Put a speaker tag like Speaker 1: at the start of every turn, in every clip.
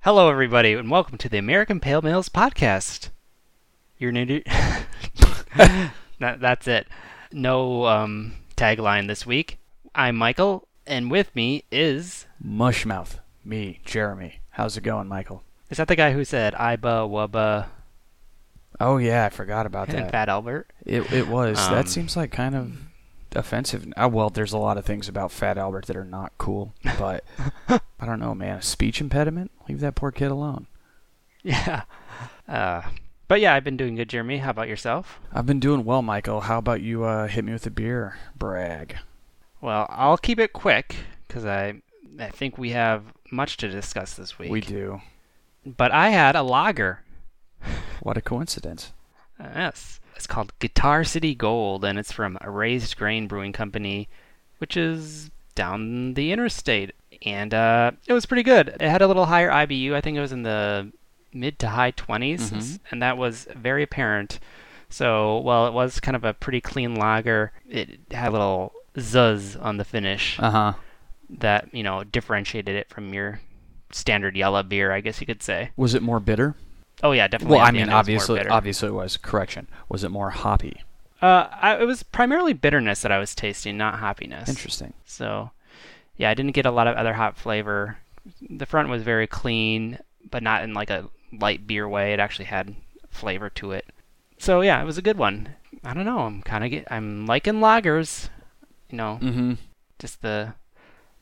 Speaker 1: Hello, everybody, and welcome to the American Pale Males podcast. You're new to. that, that's it. No um, tagline this week. I'm Michael, and with me is.
Speaker 2: Mushmouth. Me, Jeremy. How's it going, Michael?
Speaker 1: Is that the guy who said Iba, Wubba,
Speaker 2: Oh yeah, I forgot about
Speaker 1: and
Speaker 2: that.
Speaker 1: Fat Albert?
Speaker 2: It it was.
Speaker 1: Um,
Speaker 2: that seems like kind of offensive. Uh, well, there's a lot of things about Fat Albert that are not cool, but I don't know, man. A speech impediment? Leave that poor kid alone.
Speaker 1: Yeah. Uh, but yeah, I've been doing good, Jeremy. How about yourself?
Speaker 2: I've been doing well, Michael. How about you uh, hit me with a beer? Brag.
Speaker 1: Well, I'll keep it quick because I, I think we have much to discuss this week.
Speaker 2: We do.
Speaker 1: But I had a lager.
Speaker 2: What a coincidence.
Speaker 1: Yes. It's called Guitar City Gold, and it's from Raised Grain Brewing Company, which is down the interstate. And uh, it was pretty good. It had a little higher IBU. I think it was in the mid to high 20s,
Speaker 2: Mhm.
Speaker 1: and that was very apparent. So, while it was kind of a pretty clean lager, it had a little zuzz on the finish
Speaker 2: Uh huh.
Speaker 1: that, you know, differentiated it from your standard yellow beer, I guess you could say.
Speaker 2: Was it more bitter?
Speaker 1: Oh, yeah, definitely.
Speaker 2: Well,
Speaker 1: at
Speaker 2: I
Speaker 1: the
Speaker 2: mean,
Speaker 1: end it was more
Speaker 2: obviously,
Speaker 1: bitter.
Speaker 2: obviously it was. Correction. Was it more hoppy?
Speaker 1: Uh, I, it was primarily bitterness that I was tasting, not happiness.
Speaker 2: Interesting.
Speaker 1: So, yeah, I didn't get a lot of other hop flavor. The front was very clean, but not in like a light beer way. It actually had flavor to it. So yeah, it was a good one. I don't know. I'm kind of get. I'm liking lagers. You know,
Speaker 2: Mm-hmm.
Speaker 1: just the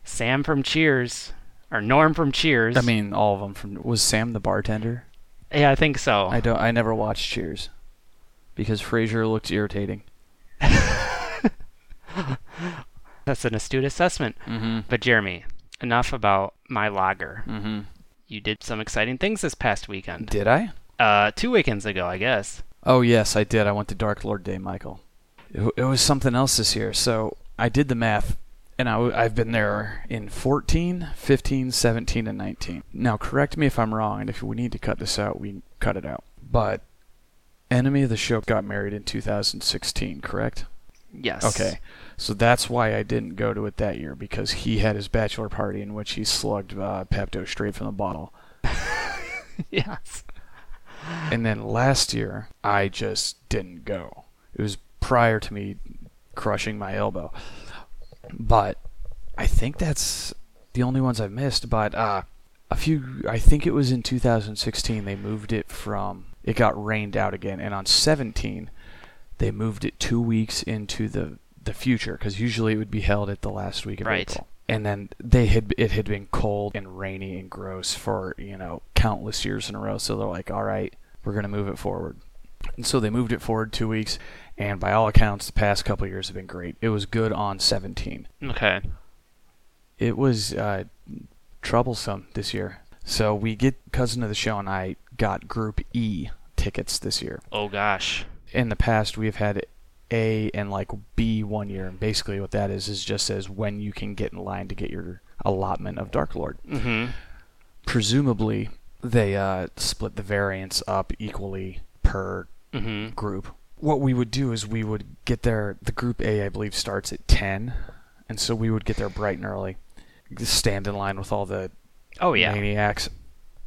Speaker 1: Sam from Cheers or Norm from Cheers.
Speaker 2: I mean, all of them. From was Sam the bartender?
Speaker 1: yeah, I think so.
Speaker 2: I don't. I never watched Cheers because Frasier looked irritating.
Speaker 1: That's an astute assessment.
Speaker 2: Mm-hmm.
Speaker 1: But Jeremy, enough about my lager.
Speaker 2: Mm-hmm.
Speaker 1: You did some exciting things this past weekend.
Speaker 2: Did I?
Speaker 1: uh, two weekends ago, I guess.
Speaker 2: Oh yes, I did. I went to Dark Lord Day, Michael. It, w- it was something else this year. So I did the math, and I, w- I've been there in 14, 15, 17, and 19. Now correct me if I'm wrong, and if we need to cut this out, we cut it out. But Enemy of the Show got married in 2016, correct?
Speaker 1: Yes.
Speaker 2: Okay. So that's why I didn't go to it that year because he had his bachelor party in which he slugged uh, Pepto straight from the bottle.
Speaker 1: yes.
Speaker 2: And then last year, I just didn't go. It was prior to me crushing my elbow. But I think that's the only ones I've missed. But uh, a few, I think it was in 2016, they moved it from, it got rained out again. And on 17, they moved it two weeks into the, the future because usually it would be held at the last week of
Speaker 1: Right.
Speaker 2: April. And then they had it had been cold and rainy and gross for you know countless years in a row. So they're like, all right, we're gonna move it forward. And so they moved it forward two weeks. And by all accounts, the past couple years have been great. It was good on 17.
Speaker 1: Okay.
Speaker 2: It was uh, troublesome this year. So we get cousin of the show and I got Group E tickets this year.
Speaker 1: Oh gosh.
Speaker 2: In the past, we've had A and like B one year, and basically what that is is just says when you can get in line to get your allotment of Dark Lord.
Speaker 1: Mm-hmm.
Speaker 2: Presumably, they uh, split the variants up equally per
Speaker 1: Mm-hmm.
Speaker 2: group. What we would do is we would get there. The group A, I believe, starts at ten, and so we would get there bright and early, just stand in line with all the
Speaker 1: Oh yeah.
Speaker 2: maniacs,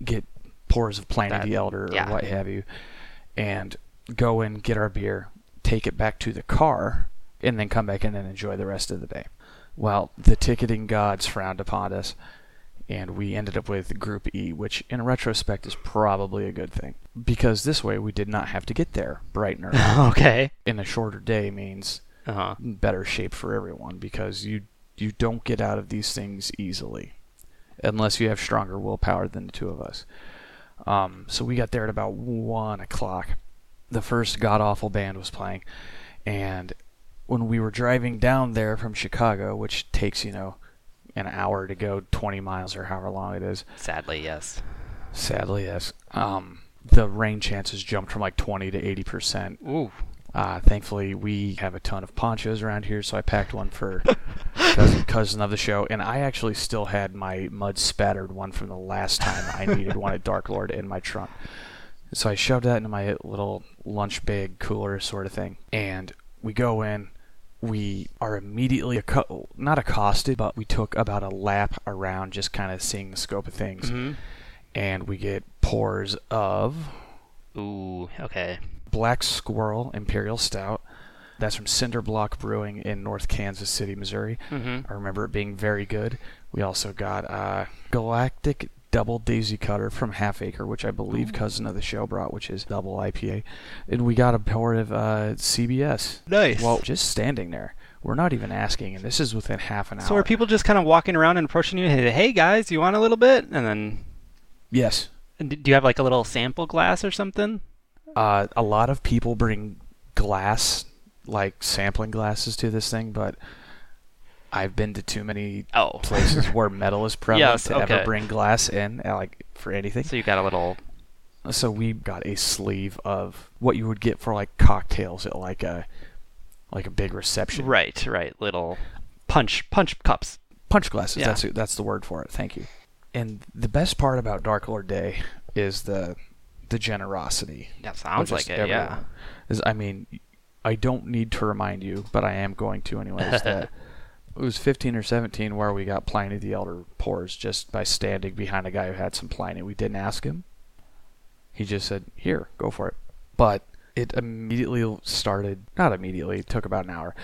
Speaker 2: get pours of Pliny
Speaker 1: That-
Speaker 2: the Elder or
Speaker 1: yeah.
Speaker 2: what have you, and go in, get our beer, take it back to the car, and then come back in and enjoy the rest of the day. Well, the ticketing gods frowned upon us, and we ended up with Group E, which in retrospect is probably a good thing because this way we did not have to get there bright and early.
Speaker 1: okay.
Speaker 2: in a shorter day means
Speaker 1: Uh huh.
Speaker 2: better shape for everyone because you you don't get out of these things easily unless you have stronger willpower than the two of us. Um, so we got there at about one o'clock. The first god awful band was playing, and when we were driving down there from Chicago, which takes you know an hour to go 20 miles or however long it is,
Speaker 1: Sadly, yes.
Speaker 2: sadly yes, um, the rain chances jumped from like 20 to 80 percent
Speaker 1: Ooh.
Speaker 2: uh, thankfully, we have a ton of ponchos around here, so I packed one for cousin, cousin of the show. And I actually still had my mud spattered one from the last time I needed one at Dark Lord in my trunk. So I shoved that into my little lunch bag cooler sort of thing. And we go in. We are immediately acco- not accosted, but we took about a lap around just kind of seeing the scope of things
Speaker 1: Mm-hmm.
Speaker 2: and we get pours of
Speaker 1: Ooh, okay.
Speaker 2: Black Squirrel Imperial Stout. That's from Cinderblock Brewing in North Kansas City, Missouri.
Speaker 1: Mm-hmm.
Speaker 2: I remember it being very good. We also got uh, Galactic Double Daisy Cutter from Half Acre, which I believe cousin of the show brought, which is double IPA, and we got a pour of uh, CBS.
Speaker 1: Nice.
Speaker 2: Well, just standing there, we're not even asking, and this is within half an hour.
Speaker 1: so are people just kind of walking around and approaching you? Hey, hey guys, you want a little bit? And then
Speaker 2: yes,
Speaker 1: and d- do you have like a little sample glass or something?
Speaker 2: uh, a lot of people bring glass, like sampling glasses, to this thing, but I've been to too many
Speaker 1: Oh,
Speaker 2: places where metal is prevalent
Speaker 1: Yes,
Speaker 2: to ever
Speaker 1: okay.
Speaker 2: bring glass in, uh, like for anything.
Speaker 1: so you got a little.
Speaker 2: So we got a sleeve of what you would get for like cocktails at like a like a big reception.
Speaker 1: Right, right. Little punch punch cups.
Speaker 2: Punch glasses.
Speaker 1: Yeah.
Speaker 2: That's that's the word for it. Thank you. And the best part about Dark Lord Day is the the generosity.
Speaker 1: That
Speaker 2: of
Speaker 1: sounds like
Speaker 2: just
Speaker 1: it. Yeah.
Speaker 2: everyone. Is I mean, I don't need to remind you, but I am going to anyways. that it was 15 or 17 where we got Pliny the Elder pours just by standing behind a guy who had some Pliny. We didn't ask him. He just said, "Here, go for it." But it immediately started. Not immediately. It took about an hour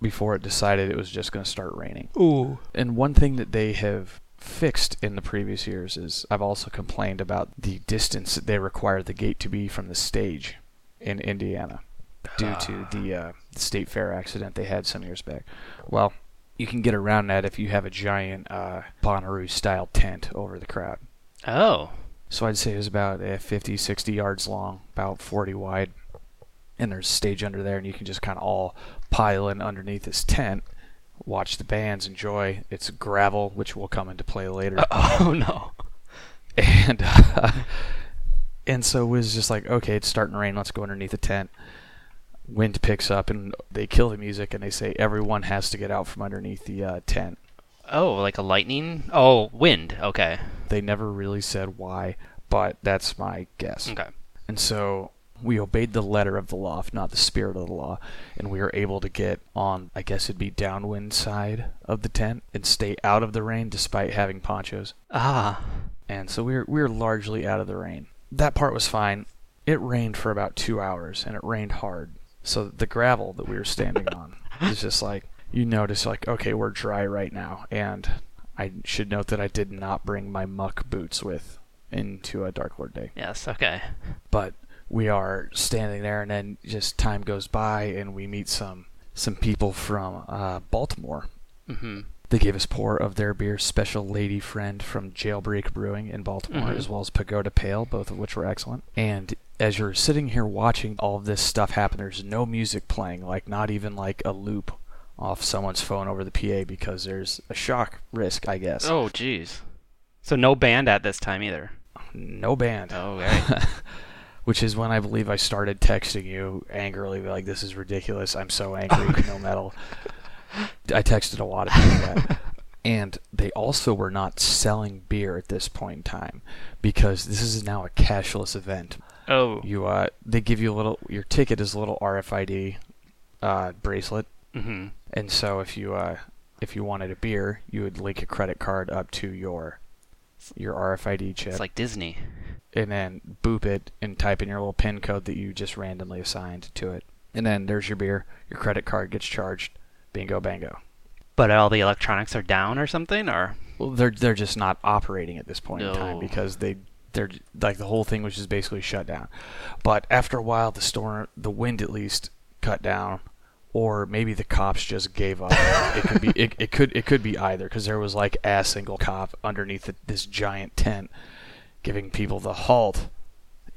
Speaker 2: before it decided it was just going to start raining.
Speaker 1: Ooh.
Speaker 2: And one thing that they have fixed in the previous years is I've also complained about the distance that they require the gate to be from the stage in Indiana due to the uh, state fair accident they had some years back. Well, you can get around that if you have a giant uh, Bonnaroo style tent over the crowd.
Speaker 1: Oh.
Speaker 2: So I'd say it was about uh, 50, 60 yards long, about 40 wide. And there's a stage under there, and you can just kind of all pile in underneath this tent, watch the bands, enjoy. It's gravel, which will come into play later.
Speaker 1: Oh no.
Speaker 2: And uh, and so it was just like, okay, it's starting to rain. Let's go underneath the tent. Wind picks up, and they kill the music, and they say everyone has to get out from underneath the uh, tent.
Speaker 1: Oh, like a lightning. Oh, wind. Okay.
Speaker 2: They never really said why, but that's my guess.
Speaker 1: Okay.
Speaker 2: And so we obeyed the letter of the law, if not the spirit of the law, and we were able to get on, I guess it'd be downwind side of the tent and stay out of the rain despite having ponchos.
Speaker 1: Ah.
Speaker 2: And so we were, we were largely out of the rain. That part was fine. It rained for about two hours and it rained hard. So the gravel that we were standing on is just like, you notice, like, okay, we're dry right now. And I should note that I did not bring my muck boots with into a Dark Lord day
Speaker 1: Yes. Okay.
Speaker 2: but we are standing there and then just time goes by and we meet some some people from uh, baltimore
Speaker 1: Mm-hmm.
Speaker 2: they gave us pour of their beer special lady friend from jailbreak brewing in baltimore
Speaker 1: Mhm.
Speaker 2: as well as pagoda pale both of which were excellent and as you're sitting here watching all of this stuff happen there's no music playing like not even like a loop off someone's phone over the pa because there's a shock risk i guess
Speaker 1: Oh, jeez. So no band at this time either.
Speaker 2: no band
Speaker 1: Oh, right.
Speaker 2: which is when I believe I started texting you angrily, like, this is ridiculous. I'm so angry. no metal. I texted a lot of people that. And they also were not selling beer at this point in time because this is now a cashless event.
Speaker 1: oh.
Speaker 2: You, uh, they give you a little, your ticket is a little RFID uh, bracelet.
Speaker 1: Mm-hmm.
Speaker 2: And so if you, uh, if you wanted a beer, you would link a credit card up to your your RFID chip
Speaker 1: It's like Disney.
Speaker 2: and then boop it and type in your little pin code that you just randomly assigned to it. And then there's your beer. Your credit card gets charged. Bingo bango.
Speaker 1: But all the electronics are down or something, or
Speaker 2: Well, they're they're just not operating at this point in time
Speaker 1: No.
Speaker 2: because they they're like the whole thing was just basically shut down. But after a while, the storm, the wind at least cut down, or maybe the cops just gave up. it could be it, it could it could be either because there was like a single cop underneath the, this giant tent, giving people the halt.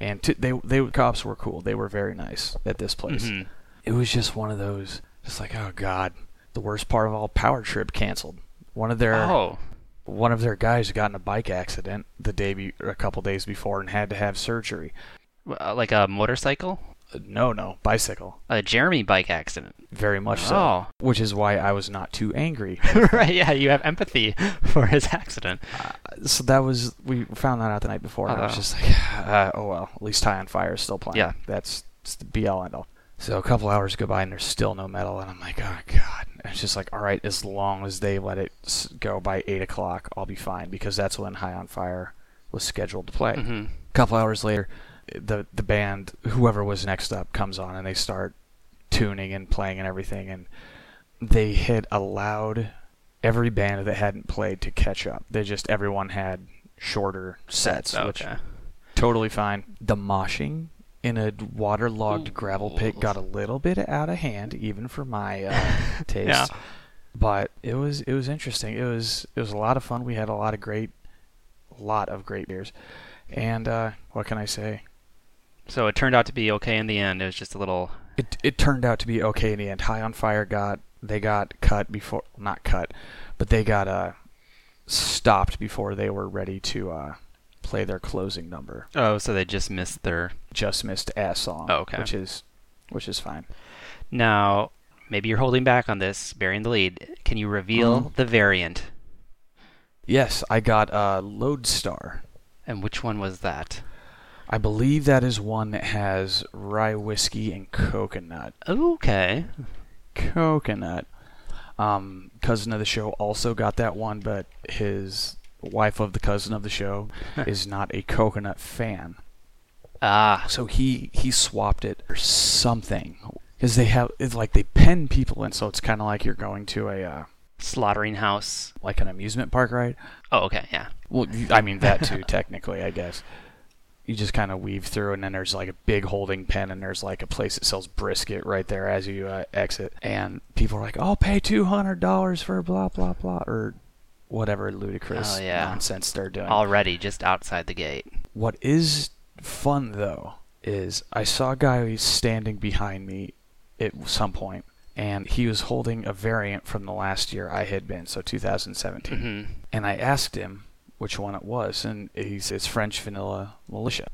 Speaker 2: And t- they they cops were cool. They were very nice at this place
Speaker 1: Mhm.
Speaker 2: it was just one of those just like oh god the worst part of all power trip canceled one of their
Speaker 1: oh,
Speaker 2: one of their guys got in a bike accident the day be- or a couple days before and had to have surgery
Speaker 1: W- uh, like a motorcycle,
Speaker 2: no no bicycle
Speaker 1: a Jeremy bike accident.
Speaker 2: very much so
Speaker 1: Oh,
Speaker 2: which is why i was not too angry
Speaker 1: right. Yeah, you have empathy for his accident.
Speaker 2: Uh, so that was we found that out the night before and i was
Speaker 1: Uh-oh.
Speaker 2: just like uh, oh well at least high on fire is still playing
Speaker 1: Yeah.
Speaker 2: that's it's the be all end all so a couple hours go by and there's still no metal and i'm like oh god And it's just like all right as long as they let it s- go by eight o'clock i'll be fine because that's when high on fire was scheduled to play.
Speaker 1: hmm
Speaker 2: A couple hours later, the the band, whoever was next up, comes on and they start tuning and playing and everything, and they had allowed every band that hadn't played to catch up. They just everyone had shorter sets, which
Speaker 1: Oh, Okay.
Speaker 2: totally fine. The moshing in a waterlogged gravel pit got a little bit out of hand, even for my uh, taste.
Speaker 1: Yeah.
Speaker 2: But it was it was interesting. It was it was a lot of fun. We had a lot of great, lot of great beers, and uh, what can I say?
Speaker 1: So it turned out to be okay in the end. It was just a little.
Speaker 2: It it turned out to be okay in the end. High on Fire got they got cut before not cut, but they got uh stopped before they were ready to uh play their closing number.
Speaker 1: Oh, so they just missed their.
Speaker 2: Just missed a song,
Speaker 1: Oh, okay.
Speaker 2: which is which is fine.
Speaker 1: Now, maybe you're holding back on this, burying the lead. Can you reveal
Speaker 2: Mhm.
Speaker 1: the variant?
Speaker 2: Yes, I got uh, Lodestar.
Speaker 1: And which one was that?
Speaker 2: I believe that is one that has rye whiskey and coconut.
Speaker 1: Okay.
Speaker 2: Coconut. Um, cousin of the show also got that one, but his wife of the cousin of the show is not a coconut fan.
Speaker 1: Ah.
Speaker 2: So he, he swapped it or something. Because they have, it's like they pen people in, so it's kind of like you're going to a, uh,
Speaker 1: Slaughtering House.
Speaker 2: like an amusement park ride.
Speaker 1: Oh, okay, yeah.
Speaker 2: Well, y- I mean that too, technically, I guess. You just kind of weave through, and then there's like a big holding pen, and there's like a place that sells brisket right there as you uh, exit. And people are like, "I'll pay two hundred dollars for blah blah blah," or whatever ludicrous
Speaker 1: Oh, yeah.
Speaker 2: nonsense they're doing.
Speaker 1: Already just outside the gate.
Speaker 2: What is fun though is I saw a guy who's standing behind me at some point, and he was holding a variant from the last year I had been, so 2017
Speaker 1: hmm
Speaker 2: and I asked him which one it was, and he says French Vanilla Militia.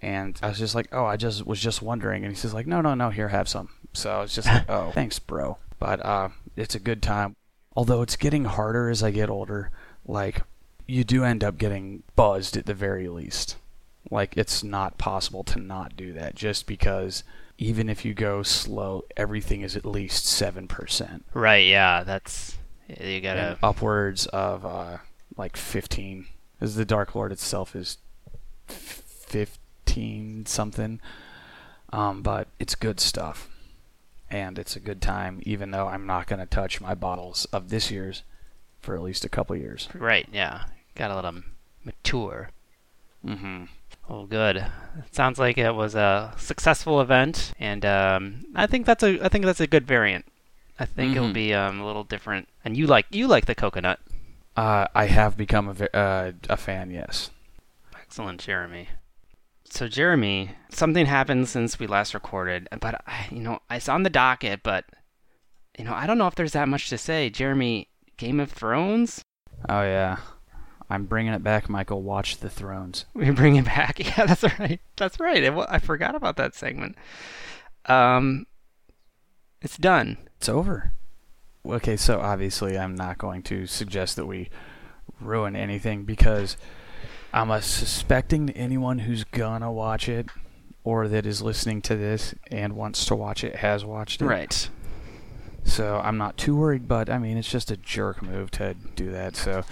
Speaker 2: And I was just like, oh, I just was just wondering, and he says like, no, no, no, here, have some. So I was just like, oh, thanks, bro. But uh, it's a good time. Although it's getting harder as I get older, like you do end up getting buzzed at the very least. Like it's not possible to not do that, just because even if you go slow, everything is at least seven percent
Speaker 1: Right, yeah, that's. You gotta.
Speaker 2: and upwards of uh, like 15 because the dark lord itself is f- 15 something um, but it's good stuff and it's a good time even though i'm not going to touch my bottles of this year's for at least a couple years
Speaker 1: Right, yeah. Gotta let them mature.
Speaker 2: mm-hmm.
Speaker 1: Oh, good. It sounds like it was a successful event, and um, I think that's a I think that's a good variant. I think it'll
Speaker 2: Mhm.
Speaker 1: be um, a little different. And you like you like the coconut.
Speaker 2: uh, i have become a, ve- uh, a fan yes
Speaker 1: Excellent, Jeremy. So Jeremy, something happened since we last recorded, but I- you know it's on the docket, but you know I don't know if there's that much to say. Jeremy, Game of Thrones,
Speaker 2: oh yeah i'm bringing it back michael watch the thrones
Speaker 1: we bring it back. Yeah, that's right. That's right. It, wa- I forgot about that segment. Um, it's done.
Speaker 2: It's over. Okay, so obviously I'm not going to suggest that we ruin anything because I'm uh, suspecting that anyone who's gonna watch it or that is listening to this and wants to watch it has watched it.
Speaker 1: Right.
Speaker 2: So I'm not too worried, but I mean it's just a jerk move to do that. So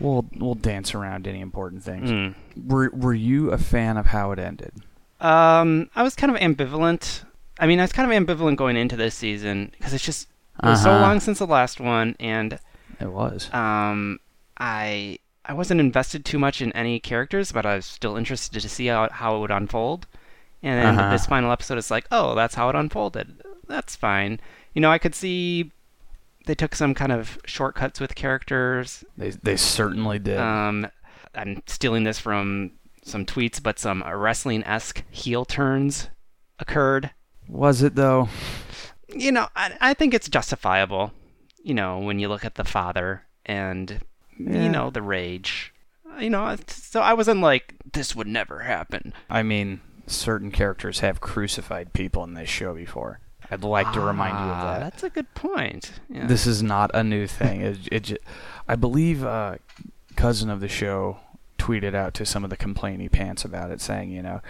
Speaker 2: we'll we'll dance around any important things.
Speaker 1: Mm.
Speaker 2: Were were you a fan of how it ended?
Speaker 1: Um, I was kind of ambivalent. I mean, I was kind of ambivalent going into this season because it's just it was so
Speaker 2: Uh-huh.
Speaker 1: long since the last one, and
Speaker 2: It was.
Speaker 1: um, I I wasn't invested too much in any characters, but I was still interested to see how how it would unfold. And then
Speaker 2: Uh-huh.
Speaker 1: this final episode is like, oh, that's how it unfolded. That's fine. You know, I could see they took some kind of shortcuts with characters.
Speaker 2: They they certainly did.
Speaker 1: Um, I'm stealing this from some tweets, but some wrestling esque heel turns occurred.
Speaker 2: was it though?
Speaker 1: You know, I, I think it's justifiable, you know, when you look at the father and,
Speaker 2: Yeah.
Speaker 1: you know, the rage. You know, it's- so I wasn't like, this would never happen.
Speaker 2: I mean, certain characters have crucified people in this show before. I'd like to remind you of
Speaker 1: Ah,
Speaker 2: that.
Speaker 1: That's a good point. Yeah.
Speaker 2: This is not a new thing. It, it, ju- I believe uh, cousin of the show tweeted out to some of the complaining pants about it, saying, you know,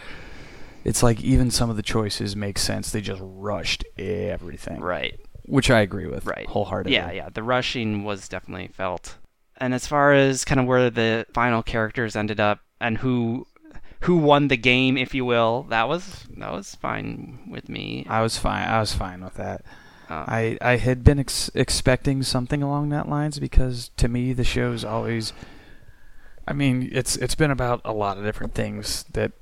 Speaker 2: it's like even some of the choices make sense. They just rushed everything,
Speaker 1: right.
Speaker 2: which I agree with,
Speaker 1: Right.
Speaker 2: wholeheartedly.
Speaker 1: Yeah, yeah. The rushing was definitely felt. And as far as kind of where the final characters ended up, and who who won the game, if you will. That was that was fine with me.
Speaker 2: I was fine. I was fine with that.
Speaker 1: Uh,
Speaker 2: I I had been ex- expecting something along that lines because to me the show's always. I mean, it's it's been about a lot of different things that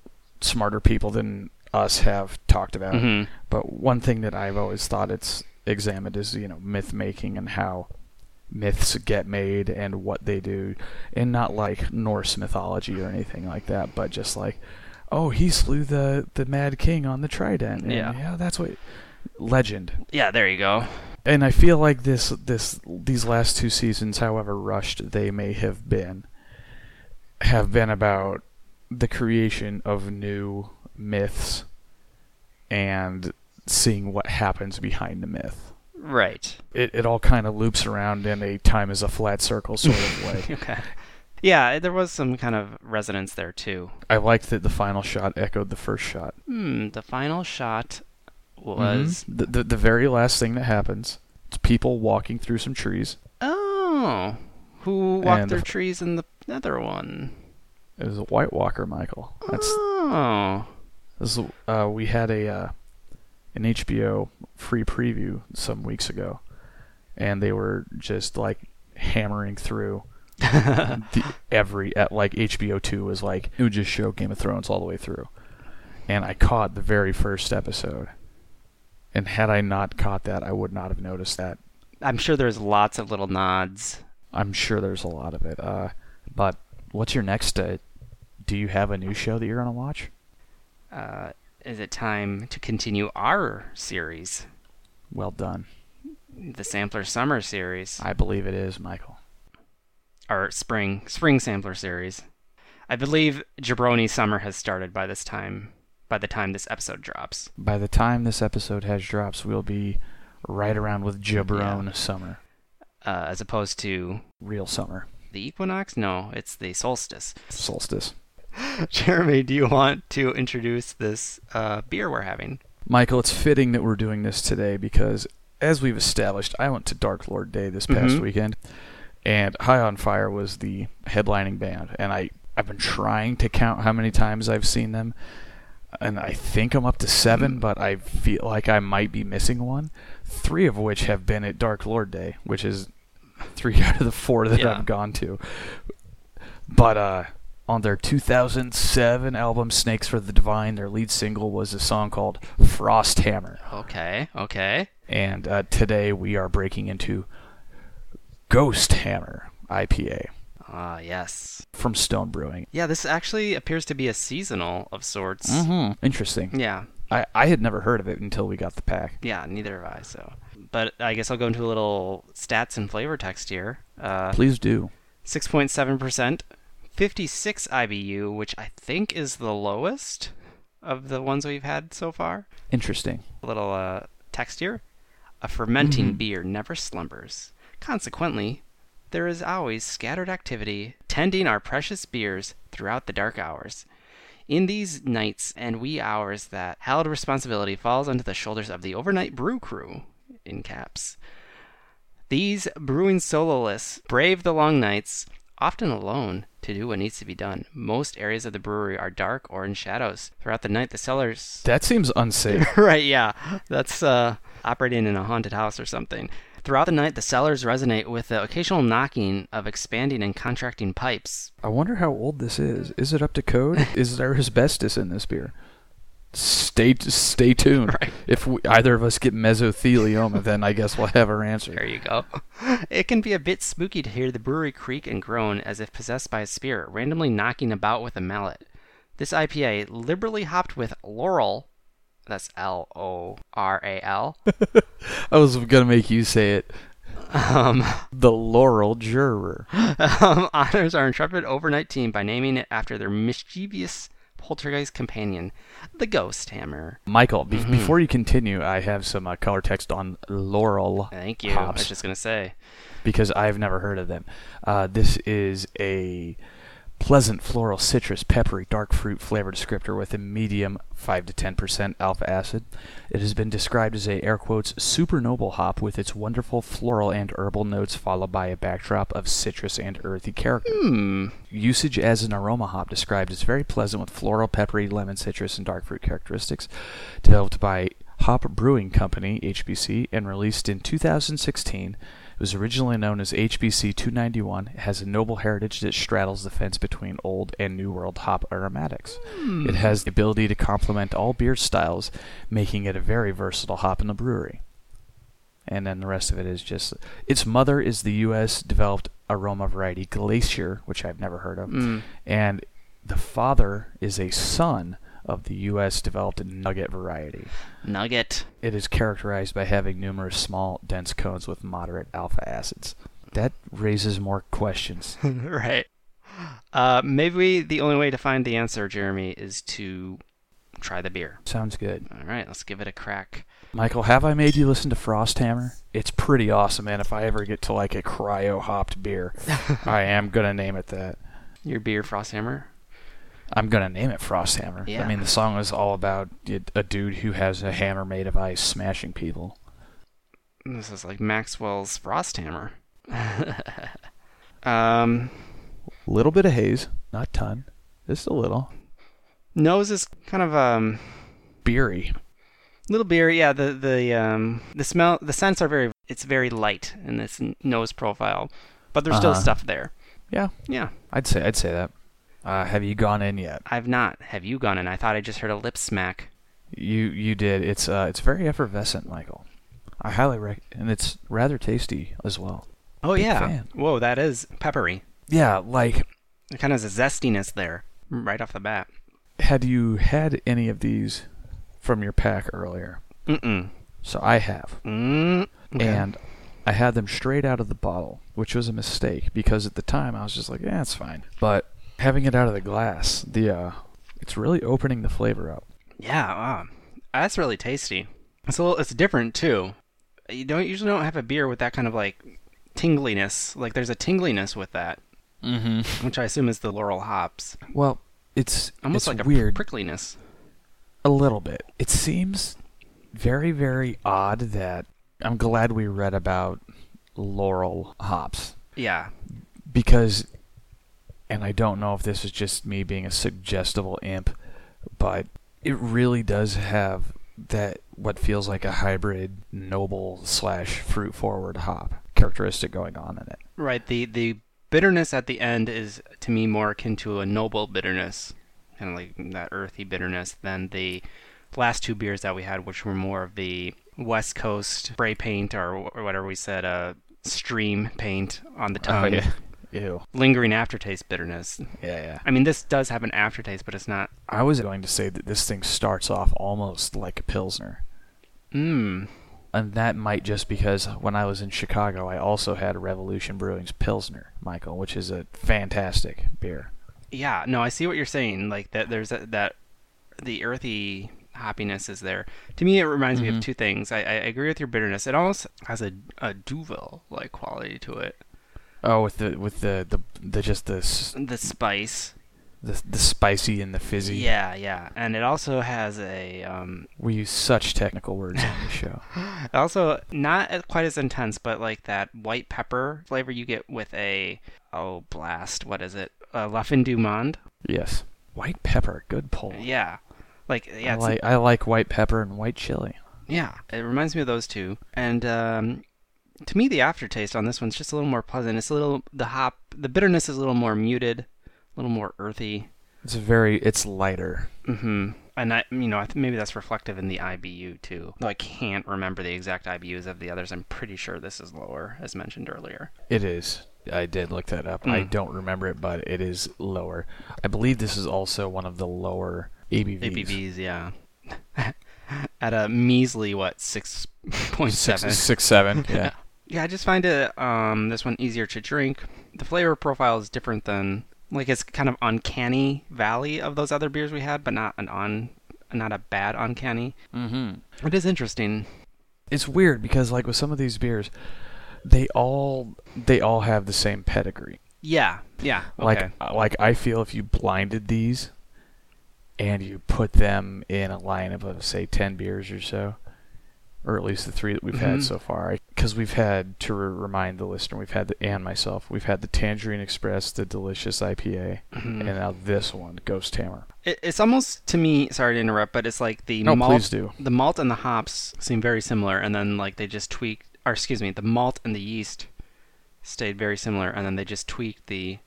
Speaker 2: smarter people than us have talked about.
Speaker 1: mhm.
Speaker 2: But one thing that I've always thought it's examined is, you know, myth making and how myths get made and what they do. And not like Norse mythology or anything like that, but just like, oh, he slew the, the Mad King on the Trident. And,
Speaker 1: Yeah.
Speaker 2: Yeah, that's what. Legend.
Speaker 1: Yeah, there you go.
Speaker 2: And I feel like this, this, these last two seasons, however rushed they may have been, have been about the creation of new myths and seeing what happens behind the myth.
Speaker 1: Right.
Speaker 2: It, it all kind of loops around in a time is a flat circle sort of way.
Speaker 1: Okay. Yeah, there was some kind of resonance there too.
Speaker 2: I liked that the final shot echoed the first shot.
Speaker 1: Hmm. The final shot was
Speaker 2: Mhm. the, the the very last thing that happens. It's people walking through some trees.
Speaker 1: oh, who walked
Speaker 2: Mm-hmm. And the
Speaker 1: their
Speaker 2: f-
Speaker 1: trees in the other one?
Speaker 2: It was a White Walker, Michael. That's
Speaker 1: oh.
Speaker 2: This is, uh, we had a uh, an HBO free preview some weeks ago, and they were just like hammering through the, every at like HBO two was like it would just show Game of Thrones all the way through, and I caught the very first episode, and had I not caught that, I would not have noticed that.
Speaker 1: I'm sure there's lots of little nods.
Speaker 2: I'm sure there's a lot of it. Uh, but what's your next? Uh, do you have a new show that you're gonna watch?
Speaker 1: Uh, is it time to continue our series,
Speaker 2: Well done.
Speaker 1: the Sampler Summer series?
Speaker 2: I believe it is, Michael.
Speaker 1: or spring spring sampler series. I believe Jabroni Summer has started by this time. By the time this episode drops,
Speaker 2: By the time this episode has drops, we'll be right around with Jabron summer,
Speaker 1: uh, as opposed to
Speaker 2: real summer,
Speaker 1: the equinox. No, it's the solstice.
Speaker 2: solstice.
Speaker 1: Jeremy, do you want to introduce this uh, beer we're having?
Speaker 2: Michael, it's fitting that we're doing this today because, as we've established, I went to Dark Lord Day this past
Speaker 1: Mhm.
Speaker 2: weekend, and High on Fire was the headlining band, and I I've been trying to count how many times I've seen them, and I think I'm up to seven, but I feel like I might be missing one, three of which have been at Dark Lord Day, which is three out of the four that
Speaker 1: Yeah.
Speaker 2: I've gone to. But uh, on their 2007 album Snakes for the Divine, their lead single was a song called Frost Hammer.
Speaker 1: Okay, okay.
Speaker 2: And uh, today we are breaking into Ghost Hammer IPA
Speaker 1: Ah, yes.
Speaker 2: from Stone Brewing.
Speaker 1: Yeah, this actually appears to be a seasonal of sorts.
Speaker 2: Mm-hmm. Interesting.
Speaker 1: Yeah,
Speaker 2: I, I had never heard of it until we got the pack.
Speaker 1: yeah. Neither have I. So, but I guess I'll go into a little stats and flavor text here. Uh,
Speaker 2: Please do.
Speaker 1: 6.7%, 56 IBU, which I think is the lowest of the ones we've had so far.
Speaker 2: Interesting.
Speaker 1: A little uh, text here. A fermenting beer never slumbers. Consequently, there is always scattered activity tending our precious beers throughout the dark hours. In these nights and wee hours, that hallowed responsibility falls onto the shoulders of the overnight brew crew, in caps. These brewing soloists brave the long nights, often alone, to do what needs to be done. Most areas of the brewery are dark or in shadows. Throughout the night, the cellars
Speaker 2: That seems unsafe.
Speaker 1: right, yeah. That's uh, operating in a haunted house or something. Throughout the night, the cellars resonate with the occasional knocking of expanding and contracting pipes.
Speaker 2: I wonder how old this is. Is it up to code? is there asbestos in this beer? Stay stay tuned. If we, either of us get mesothelioma, then I guess we'll have our answer.
Speaker 1: There you go. It can be a bit spooky to hear the brewery creak and groan as if possessed by a spirit, randomly knocking about with a mallet. This IPA, liberally hopped with laurel, that's L O R A L,
Speaker 2: I was gonna make you say it.
Speaker 1: um,
Speaker 2: The Laurel Juror.
Speaker 1: um, honors our intrepid overnight team by naming it after their mischievous poltergeist companion, the Ghost Hammer.
Speaker 2: Michael, be- before you continue, I have some uh, color text on Laurel
Speaker 1: Thank you. I was
Speaker 2: hops
Speaker 1: just gonna say.
Speaker 2: because I've never heard of them. Uh, this is a pleasant floral citrus peppery dark fruit flavor descriptor with a medium 5 to 10% alpha acid it has been described as a air quotes super noble hop with its wonderful floral and herbal notes followed by a backdrop of citrus and earthy character
Speaker 1: Hmm.
Speaker 2: usage as an aroma hop described as very pleasant with floral peppery lemon citrus and dark fruit characteristics developed by hop brewing company hbc and released in 2016 it was originally known as hbc 291 it has a noble heritage that straddles the fence between old and new world hop aromatics it has the ability to complement all beer styles making it a very versatile hop in the brewery and then the rest of it is just its mother is the U.S. developed aroma variety Glacier, which I've never heard of,
Speaker 1: Mm.
Speaker 2: and the father is a son of the U.S. developed Nugget variety.
Speaker 1: Nugget.
Speaker 2: It is characterized by having numerous small, dense cones with moderate alpha acids. That raises more questions.
Speaker 1: right. Uh, maybe the only way to find the answer, Jeremy, is to try the beer.
Speaker 2: Sounds good,
Speaker 1: All right, let's give it a crack.
Speaker 2: Michael. Have I made you listen to Frost Hammer? It's pretty awesome, man. If I ever get to like a cryo hopped beer, I am gonna name it that.
Speaker 1: Your beer, Frosthammer.
Speaker 2: I'm gonna name it Frosthammer.
Speaker 1: Yeah.
Speaker 2: I mean, the song was all about it- a dude who has a hammer made of ice smashing people.
Speaker 1: This is like Maxwell's Frosthammer. um,
Speaker 2: Little bit of haze, not ton, just a little.
Speaker 1: nose is kind of um
Speaker 2: Beery.
Speaker 1: little beer. Yeah, the the um the smell, the scents are very. It's very light in this n- nose profile, but there's still
Speaker 2: Uh-huh.
Speaker 1: stuff there.
Speaker 2: Yeah,
Speaker 1: Yeah,
Speaker 2: I'd say I'd say that. Uh, have you gone in yet?
Speaker 1: I've not. Have you gone in? I thought I just heard a lip smack.
Speaker 2: You you did. It's uh it's very effervescent, Michael. I highly rec and it's rather tasty as well.
Speaker 1: Oh
Speaker 2: Big
Speaker 1: yeah.
Speaker 2: fan.
Speaker 1: Whoa, that is peppery.
Speaker 2: Yeah, like
Speaker 1: It kind of has a zestiness there mm, right off the bat.
Speaker 2: had you had any of these from your pack earlier?
Speaker 1: Mm-mm.
Speaker 2: So I have.
Speaker 1: Mm. Okay.
Speaker 2: and I had them straight out of the bottle, which was a mistake because at the time I was just like, "Yeah, it's fine." But having it out of the glass, the uh, it's really opening the flavor up.
Speaker 1: yeah, wow. that's really tasty. It's a little, it's different too. You don't usually don't have a beer with that kind of like tingliness. Like there's a tingliness with that,
Speaker 2: Mm-hmm.
Speaker 1: which I assume is the laurel hops.
Speaker 2: Well, it's
Speaker 1: Almost
Speaker 2: it's
Speaker 1: like a
Speaker 2: weird,
Speaker 1: pr- prickliness.
Speaker 2: a little bit. It seems very, very odd that I'm glad we read about laurel hops
Speaker 1: Yeah.
Speaker 2: because, and I don't know if this is just me being a suggestible imp, but it really does have that what feels like a hybrid noble slash fruit forward hop characteristic going on in it.
Speaker 1: Right. The the bitterness at the end is to me more akin to a noble bitterness, kind of like that earthy bitterness, than the last two beers that we had, which were more of the West Coast spray paint or, wh- or whatever we said, uh, stream paint on the tongue,
Speaker 2: Ew.
Speaker 1: lingering aftertaste bitterness.
Speaker 2: Yeah, yeah.
Speaker 1: I mean, this does have an aftertaste, but it's not.
Speaker 2: I was going to say that this thing starts off almost like a pilsner.
Speaker 1: Mmm.
Speaker 2: And that might just because when I was in Chicago, I also had Revolution Brewing's Pilsner, Michael, which is a fantastic beer.
Speaker 1: Yeah. No, I see what you're saying. Like that. There's that. that the earthy hoppiness is there. To me, it reminds me
Speaker 2: Mhm.
Speaker 1: of two things. I, I agree with your bitterness. It almost has a a Duvel like quality to it.
Speaker 2: Oh, with the with the the, the just the, s-
Speaker 1: The spice.
Speaker 2: the the spicy and the fizzy.
Speaker 1: Yeah, yeah. And it also has a um.
Speaker 2: We use such technical words on the show.
Speaker 1: Also, not as- quite as intense, but like that white pepper flavor you get with a oh blast. What is it? A Laughing du Monde.
Speaker 2: Yes. White pepper, good pull.
Speaker 1: Yeah. Like yeah,
Speaker 2: Oh. I
Speaker 1: it's
Speaker 2: like I like white pepper and white chili.
Speaker 1: Yeah, it reminds me of those two. And um, to me, the aftertaste on this one's just a little more pleasant. It's a little the hop, the bitterness is a little more muted, a little more earthy.
Speaker 2: It's very it's lighter.
Speaker 1: hmm And I, you know, I th- maybe that's reflective in the IBU too. Though I can't remember the exact IBUs of the others. I'm pretty sure this is lower, as mentioned earlier.
Speaker 2: It is. I did look that up. I
Speaker 1: Mm.
Speaker 2: don't remember it, but it is lower. I believe this is also one of the lower ABVs.
Speaker 1: ABVs, yeah. At a measly what six point
Speaker 2: Six,
Speaker 1: seven.
Speaker 2: six, seven. Yeah.
Speaker 1: Yeah, I just find it um, this one easier to drink. The flavor profile is different than like it's kind of uncanny valley of those other beers we had, but not an on not a bad uncanny.
Speaker 2: mm-hmm.
Speaker 1: It is interesting.
Speaker 2: It's weird because like with some of these beers, they all they all have the same pedigree.
Speaker 1: Yeah. Yeah. Okay.
Speaker 2: Like uh, like I feel if you blinded these and you put them in a lineup of uh, say 10 beers or so or at least the three that we've
Speaker 1: Mhm.
Speaker 2: had so far because we've had to re- remind the listener we've had the and myself we've had the tangerine express the delicious ipa
Speaker 1: Mhm.
Speaker 2: and now this one ghost hammer
Speaker 1: It, it's almost to me. Sorry to interrupt, but it's like the
Speaker 2: no
Speaker 1: malt,
Speaker 2: please do
Speaker 1: the malt and the hops seem very similar, and then like they just tweaked, or excuse me, the malt and the yeast stayed very similar, and then they just tweaked the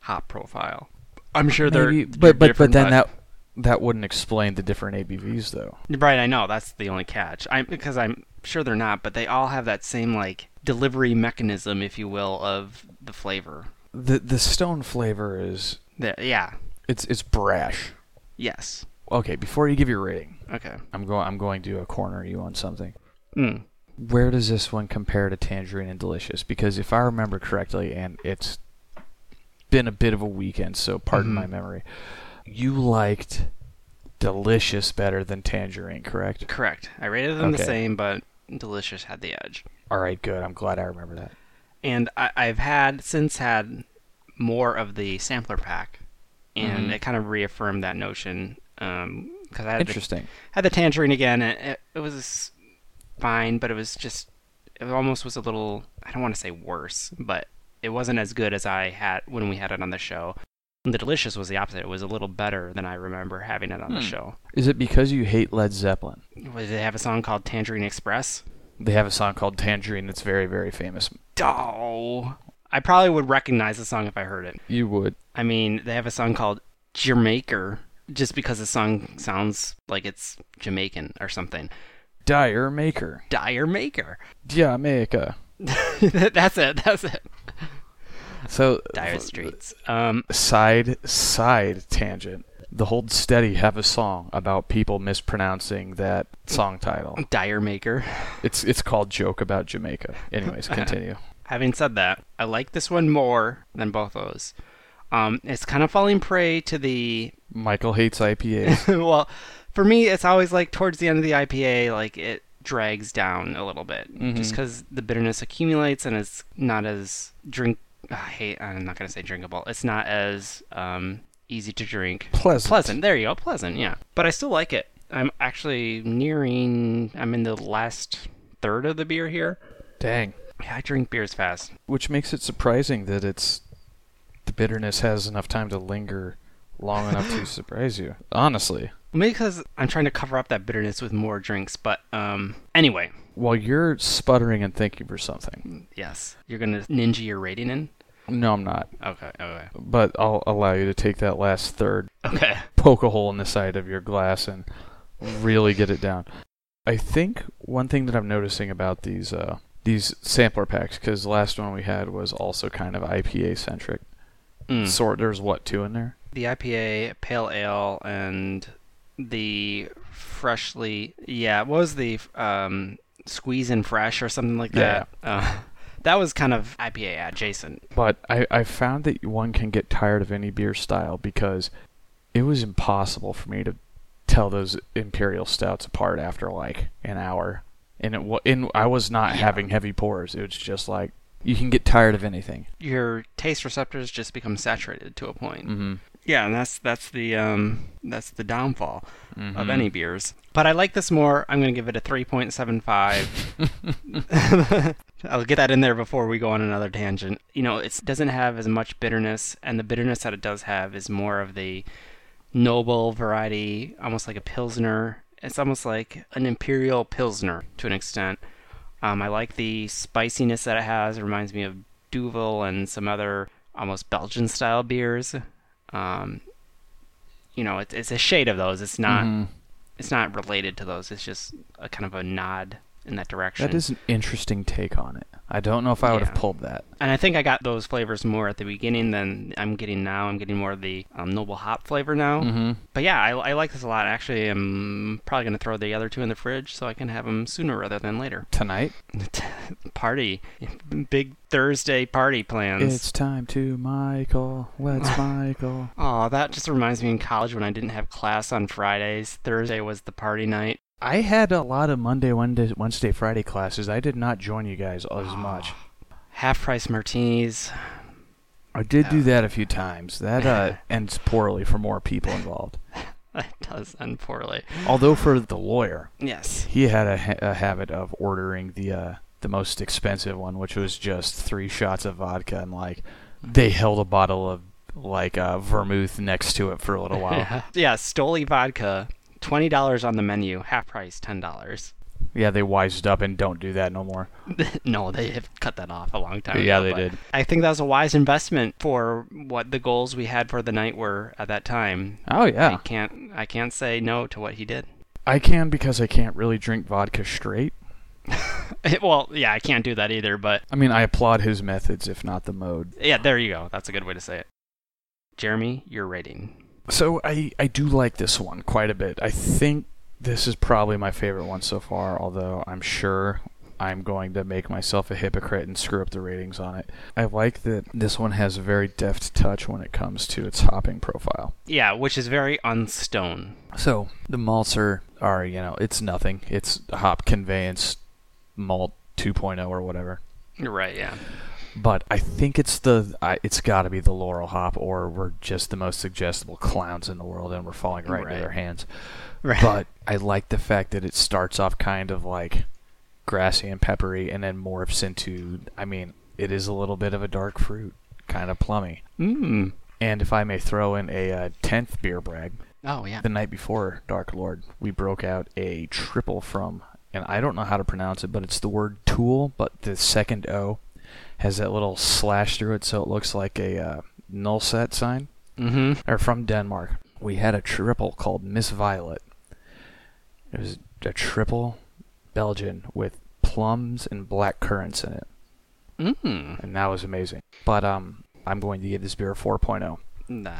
Speaker 1: hop profile. I'm sure they're,
Speaker 2: Maybe-
Speaker 1: they're
Speaker 2: but but but
Speaker 1: different,
Speaker 2: then that that wouldn't explain the different abvs though
Speaker 1: Right, I know that's the only catch. I because I'm sure they're not, but they all have that same like delivery mechanism, if you will, of the flavor.
Speaker 2: the the stone flavor is
Speaker 1: The, yeah.
Speaker 2: it's it's brash
Speaker 1: Yes.
Speaker 2: okay before you give your rating
Speaker 1: Okay.
Speaker 2: i'm going i'm going to uh, corner you on something
Speaker 1: Mm.
Speaker 2: where does this one compare to Tangerine and Delicious? Because if I remember correctly, and it's been a bit of a weekend, so pardon
Speaker 1: Mhm.
Speaker 2: my memory, you liked Delicious better than Tangerine, correct?
Speaker 1: Correct. I rated them the
Speaker 2: Okay.
Speaker 1: same, but delicious had the edge.
Speaker 2: All right, good. I'm glad I remember that.
Speaker 1: and I, I've had since had more of the sampler pack, and
Speaker 2: Mhm.
Speaker 1: it kind of reaffirmed that notion because I had the,
Speaker 2: Interesting.
Speaker 1: had the tangerine again. And it, it was fine, but it was just it almost was a little I don't want to say worse, but it wasn't as good as I had when we had it on the show. And the delicious was the opposite. It was a little better than I remember having it on the
Speaker 2: Hmm.
Speaker 1: show.
Speaker 2: Is it because you hate Led Zeppelin?
Speaker 1: Was they have a song called Tangerine Express?
Speaker 2: They have a song called Tangerine that's very, very famous.
Speaker 1: Oh, I probably would recognize the song if I heard it.
Speaker 2: You would.
Speaker 1: I mean, they have a song called Jamaica just because the song sounds like it's Jamaican or something.
Speaker 2: Dire Maker.
Speaker 1: Dire Maker.
Speaker 2: Jamaica.
Speaker 1: that's it. That's it.
Speaker 2: So
Speaker 1: Dire Straits. Um,
Speaker 2: side side tangent. The Hold Steady have a song about people mispronouncing that song title.
Speaker 1: Dire Maker.
Speaker 2: It's it's called Joke About Jamaica. Anyways, continue.
Speaker 1: Having said that, I like this one more than both those. Um, it's kind of falling prey to the
Speaker 2: Michael hates IPAs.
Speaker 1: well, for me, it's always like towards the end of the IPA, like it drags down a little bit Just 'cause just
Speaker 2: Mhm.
Speaker 1: because the bitterness accumulates and it's not as drink. I hate. I'm not gonna say drinkable. It's not as um, easy to drink.
Speaker 2: Pleasant.
Speaker 1: Pleasant. There you go. Pleasant. Yeah. But I still like it. I'm actually nearing. I'm in the last third of the beer here.
Speaker 2: Dang.
Speaker 1: Yeah, I drink beers fast.
Speaker 2: Which makes it surprising that it's the bitterness has enough time to linger long enough to surprise you. Honestly.
Speaker 1: Maybe because I'm trying to cover up that bitterness with more drinks. But um, anyway,
Speaker 2: While you're sputtering and thinking for something.
Speaker 1: yes, you're gonna ninja your rating in.
Speaker 2: No, I'm not.
Speaker 1: Okay. Okay.
Speaker 2: But I'll allow you to take that last third
Speaker 1: Okay.
Speaker 2: poke a hole in the side of your glass and really get it down. I think one thing that I'm noticing about these uh, these sampler packs, because the last one we had was also kind of IPA centric.
Speaker 1: Mm.
Speaker 2: Sort there's what two in there?
Speaker 1: the IPA, pale ale, and the freshly yeah, what was the um, squeeze and fresh or something like that? Uh, that was kind of IPA adjacent.
Speaker 2: But I, I found that one can get tired of any beer style because it was impossible for me to tell those imperial stouts apart after like an hour, and it wa- and I was not having heavy pours. It was just like you can get tired of anything.
Speaker 1: Your taste receptors just become saturated to a point.
Speaker 2: Mm-hmm.
Speaker 1: Yeah, and that's that's the um, that's the downfall of
Speaker 2: Mhm.
Speaker 1: any beers. But I like this more. I'm gonna give it a 3.75. I'll get that in there before we go on another tangent. You know, it doesn't have as much bitterness, and the bitterness that it does have is more of the noble variety, almost like a pilsner. It's almost like an imperial pilsner to an extent. Um, I like the spiciness that it has. It reminds me of Duvel and some other almost Belgian style beers. Um, you know, it's it's a shade of those. It's not
Speaker 2: Mhm.
Speaker 1: it's not related to those. It's just a kind of a nod in that direction.
Speaker 2: That is an interesting take on it. I don't know if I would have
Speaker 1: Yeah.
Speaker 2: pulled that.
Speaker 1: and I think I got those flavors more at the beginning than I'm getting now. I'm getting more of the um, noble hop flavor now.
Speaker 2: Mm-hmm.
Speaker 1: But yeah, I, I like this a lot. Actually, I'm probably gonna throw the other two in the fridge so I can have them sooner rather than later.
Speaker 2: Tonight,
Speaker 1: party, big Thursday party plans.
Speaker 2: it's time to Michael. Let's Michael.
Speaker 1: Oh, that just reminds me in college when I didn't have class on Fridays. Thursday was the party night.
Speaker 2: I had a lot of Monday, Wednesday, Wednesday, Friday
Speaker 1: Ah.
Speaker 2: classes. I did not join you guys as much.
Speaker 1: Half price martinis
Speaker 2: I did do that a few times. That uh, ends poorly for more people involved.
Speaker 1: It does end poorly.
Speaker 2: Although for the lawyer,
Speaker 1: Yes.
Speaker 2: he had a, ha- a habit of ordering the uh, the most expensive one, which was just three shots of vodka, and like
Speaker 1: Mm.
Speaker 2: they held a bottle of like uh, vermouth next to it for a little while.
Speaker 1: Yeah. Yeah. Stoli vodka, twenty dollars on the menu, half price ten dollars.
Speaker 2: yeah, they wised up and don't do that no more.
Speaker 1: no, they have cut that off a long time.
Speaker 2: Yeah,
Speaker 1: ago,
Speaker 2: they
Speaker 1: but
Speaker 2: did.
Speaker 1: I think that was a wise investment for what the goals we had for the night were at that time.
Speaker 2: Oh
Speaker 1: I
Speaker 2: yeah,
Speaker 1: can't. I can't say no to what he did.
Speaker 2: I can because I can't really drink vodka straight.
Speaker 1: well, yeah, I can't do that either. But
Speaker 2: I mean, I applaud his methods, if not the mode.
Speaker 1: yeah, there you go. That's a good way to say it. Jeremy, your rating.
Speaker 2: So I I do like this one quite a bit. I think this is probably my favorite one so far, although I'm sure I'm going to make myself a hypocrite and screw up the ratings on it. I like that this one has a very deft touch when it comes to its hopping profile.
Speaker 1: Yeah, which is very unstone.
Speaker 2: So the malts are are, you know, it's nothing. It's hop conveyance malt 2.0 or whatever.
Speaker 1: You're right. Yeah.
Speaker 2: But I think it's the I, it's got to be the laurel hop, or we're just the most suggestible clowns in the world, and we're falling right,
Speaker 1: Right.
Speaker 2: into their hands.
Speaker 1: Right.
Speaker 2: But I like the fact that it starts off kind of like grassy and peppery, and then morphs into I mean, it is a little bit of a dark fruit, kind of plummy.
Speaker 1: Mm.
Speaker 2: And if I may throw in a uh, tenth beer brag,
Speaker 1: Oh yeah.
Speaker 2: the night before Dark Lord, we broke out a triple from, and I don't know how to pronounce it, but it's the word tool, but the second O has that little slash through it, so it looks like a uh, null set sign.
Speaker 1: Mm-hmm.
Speaker 2: Or from Denmark. We had a triple called Miss Violet. It was a triple Belgian with plums and black currants in it,
Speaker 1: Mm.
Speaker 2: and that was amazing. But um, I'm going to give this beer a 4.0.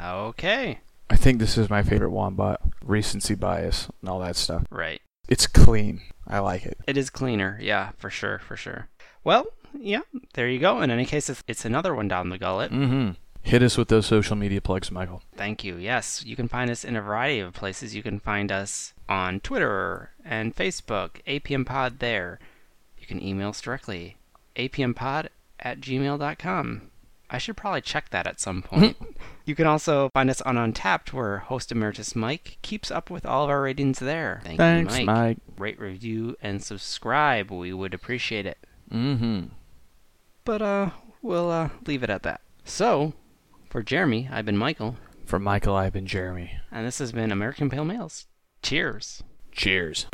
Speaker 1: Okay.
Speaker 2: I think this is my favorite one, but recency bias and all that stuff.
Speaker 1: Right.
Speaker 2: It's clean. I like it.
Speaker 1: It is cleaner. Yeah, for sure, for sure. Well, yeah, there you go. In any case, it's, it's another one down the gullet.
Speaker 2: Mm-hmm. Hit us with those social media plugs, Michael.
Speaker 1: Thank you. Yes, you can find us in a variety of places. You can find us on Twitter and Facebook, APM Pod there. You can email us directly, apmpod at gmail.com. I should probably check that at some point. you can also find us on Untapped, where host emeritus Mike keeps up with all of our ratings there. Thank
Speaker 2: Thanks,
Speaker 1: you, Mike.
Speaker 2: Mike.
Speaker 1: Rate, review, and subscribe. We would appreciate it.
Speaker 2: Mm-hmm.
Speaker 1: But uh, we'll uh, leave it at that. So, for Jeremy, I've been Michael,
Speaker 2: From Michael, I've been Jeremy.
Speaker 1: and this has been American Pale Males. Cheers.
Speaker 2: Cheers.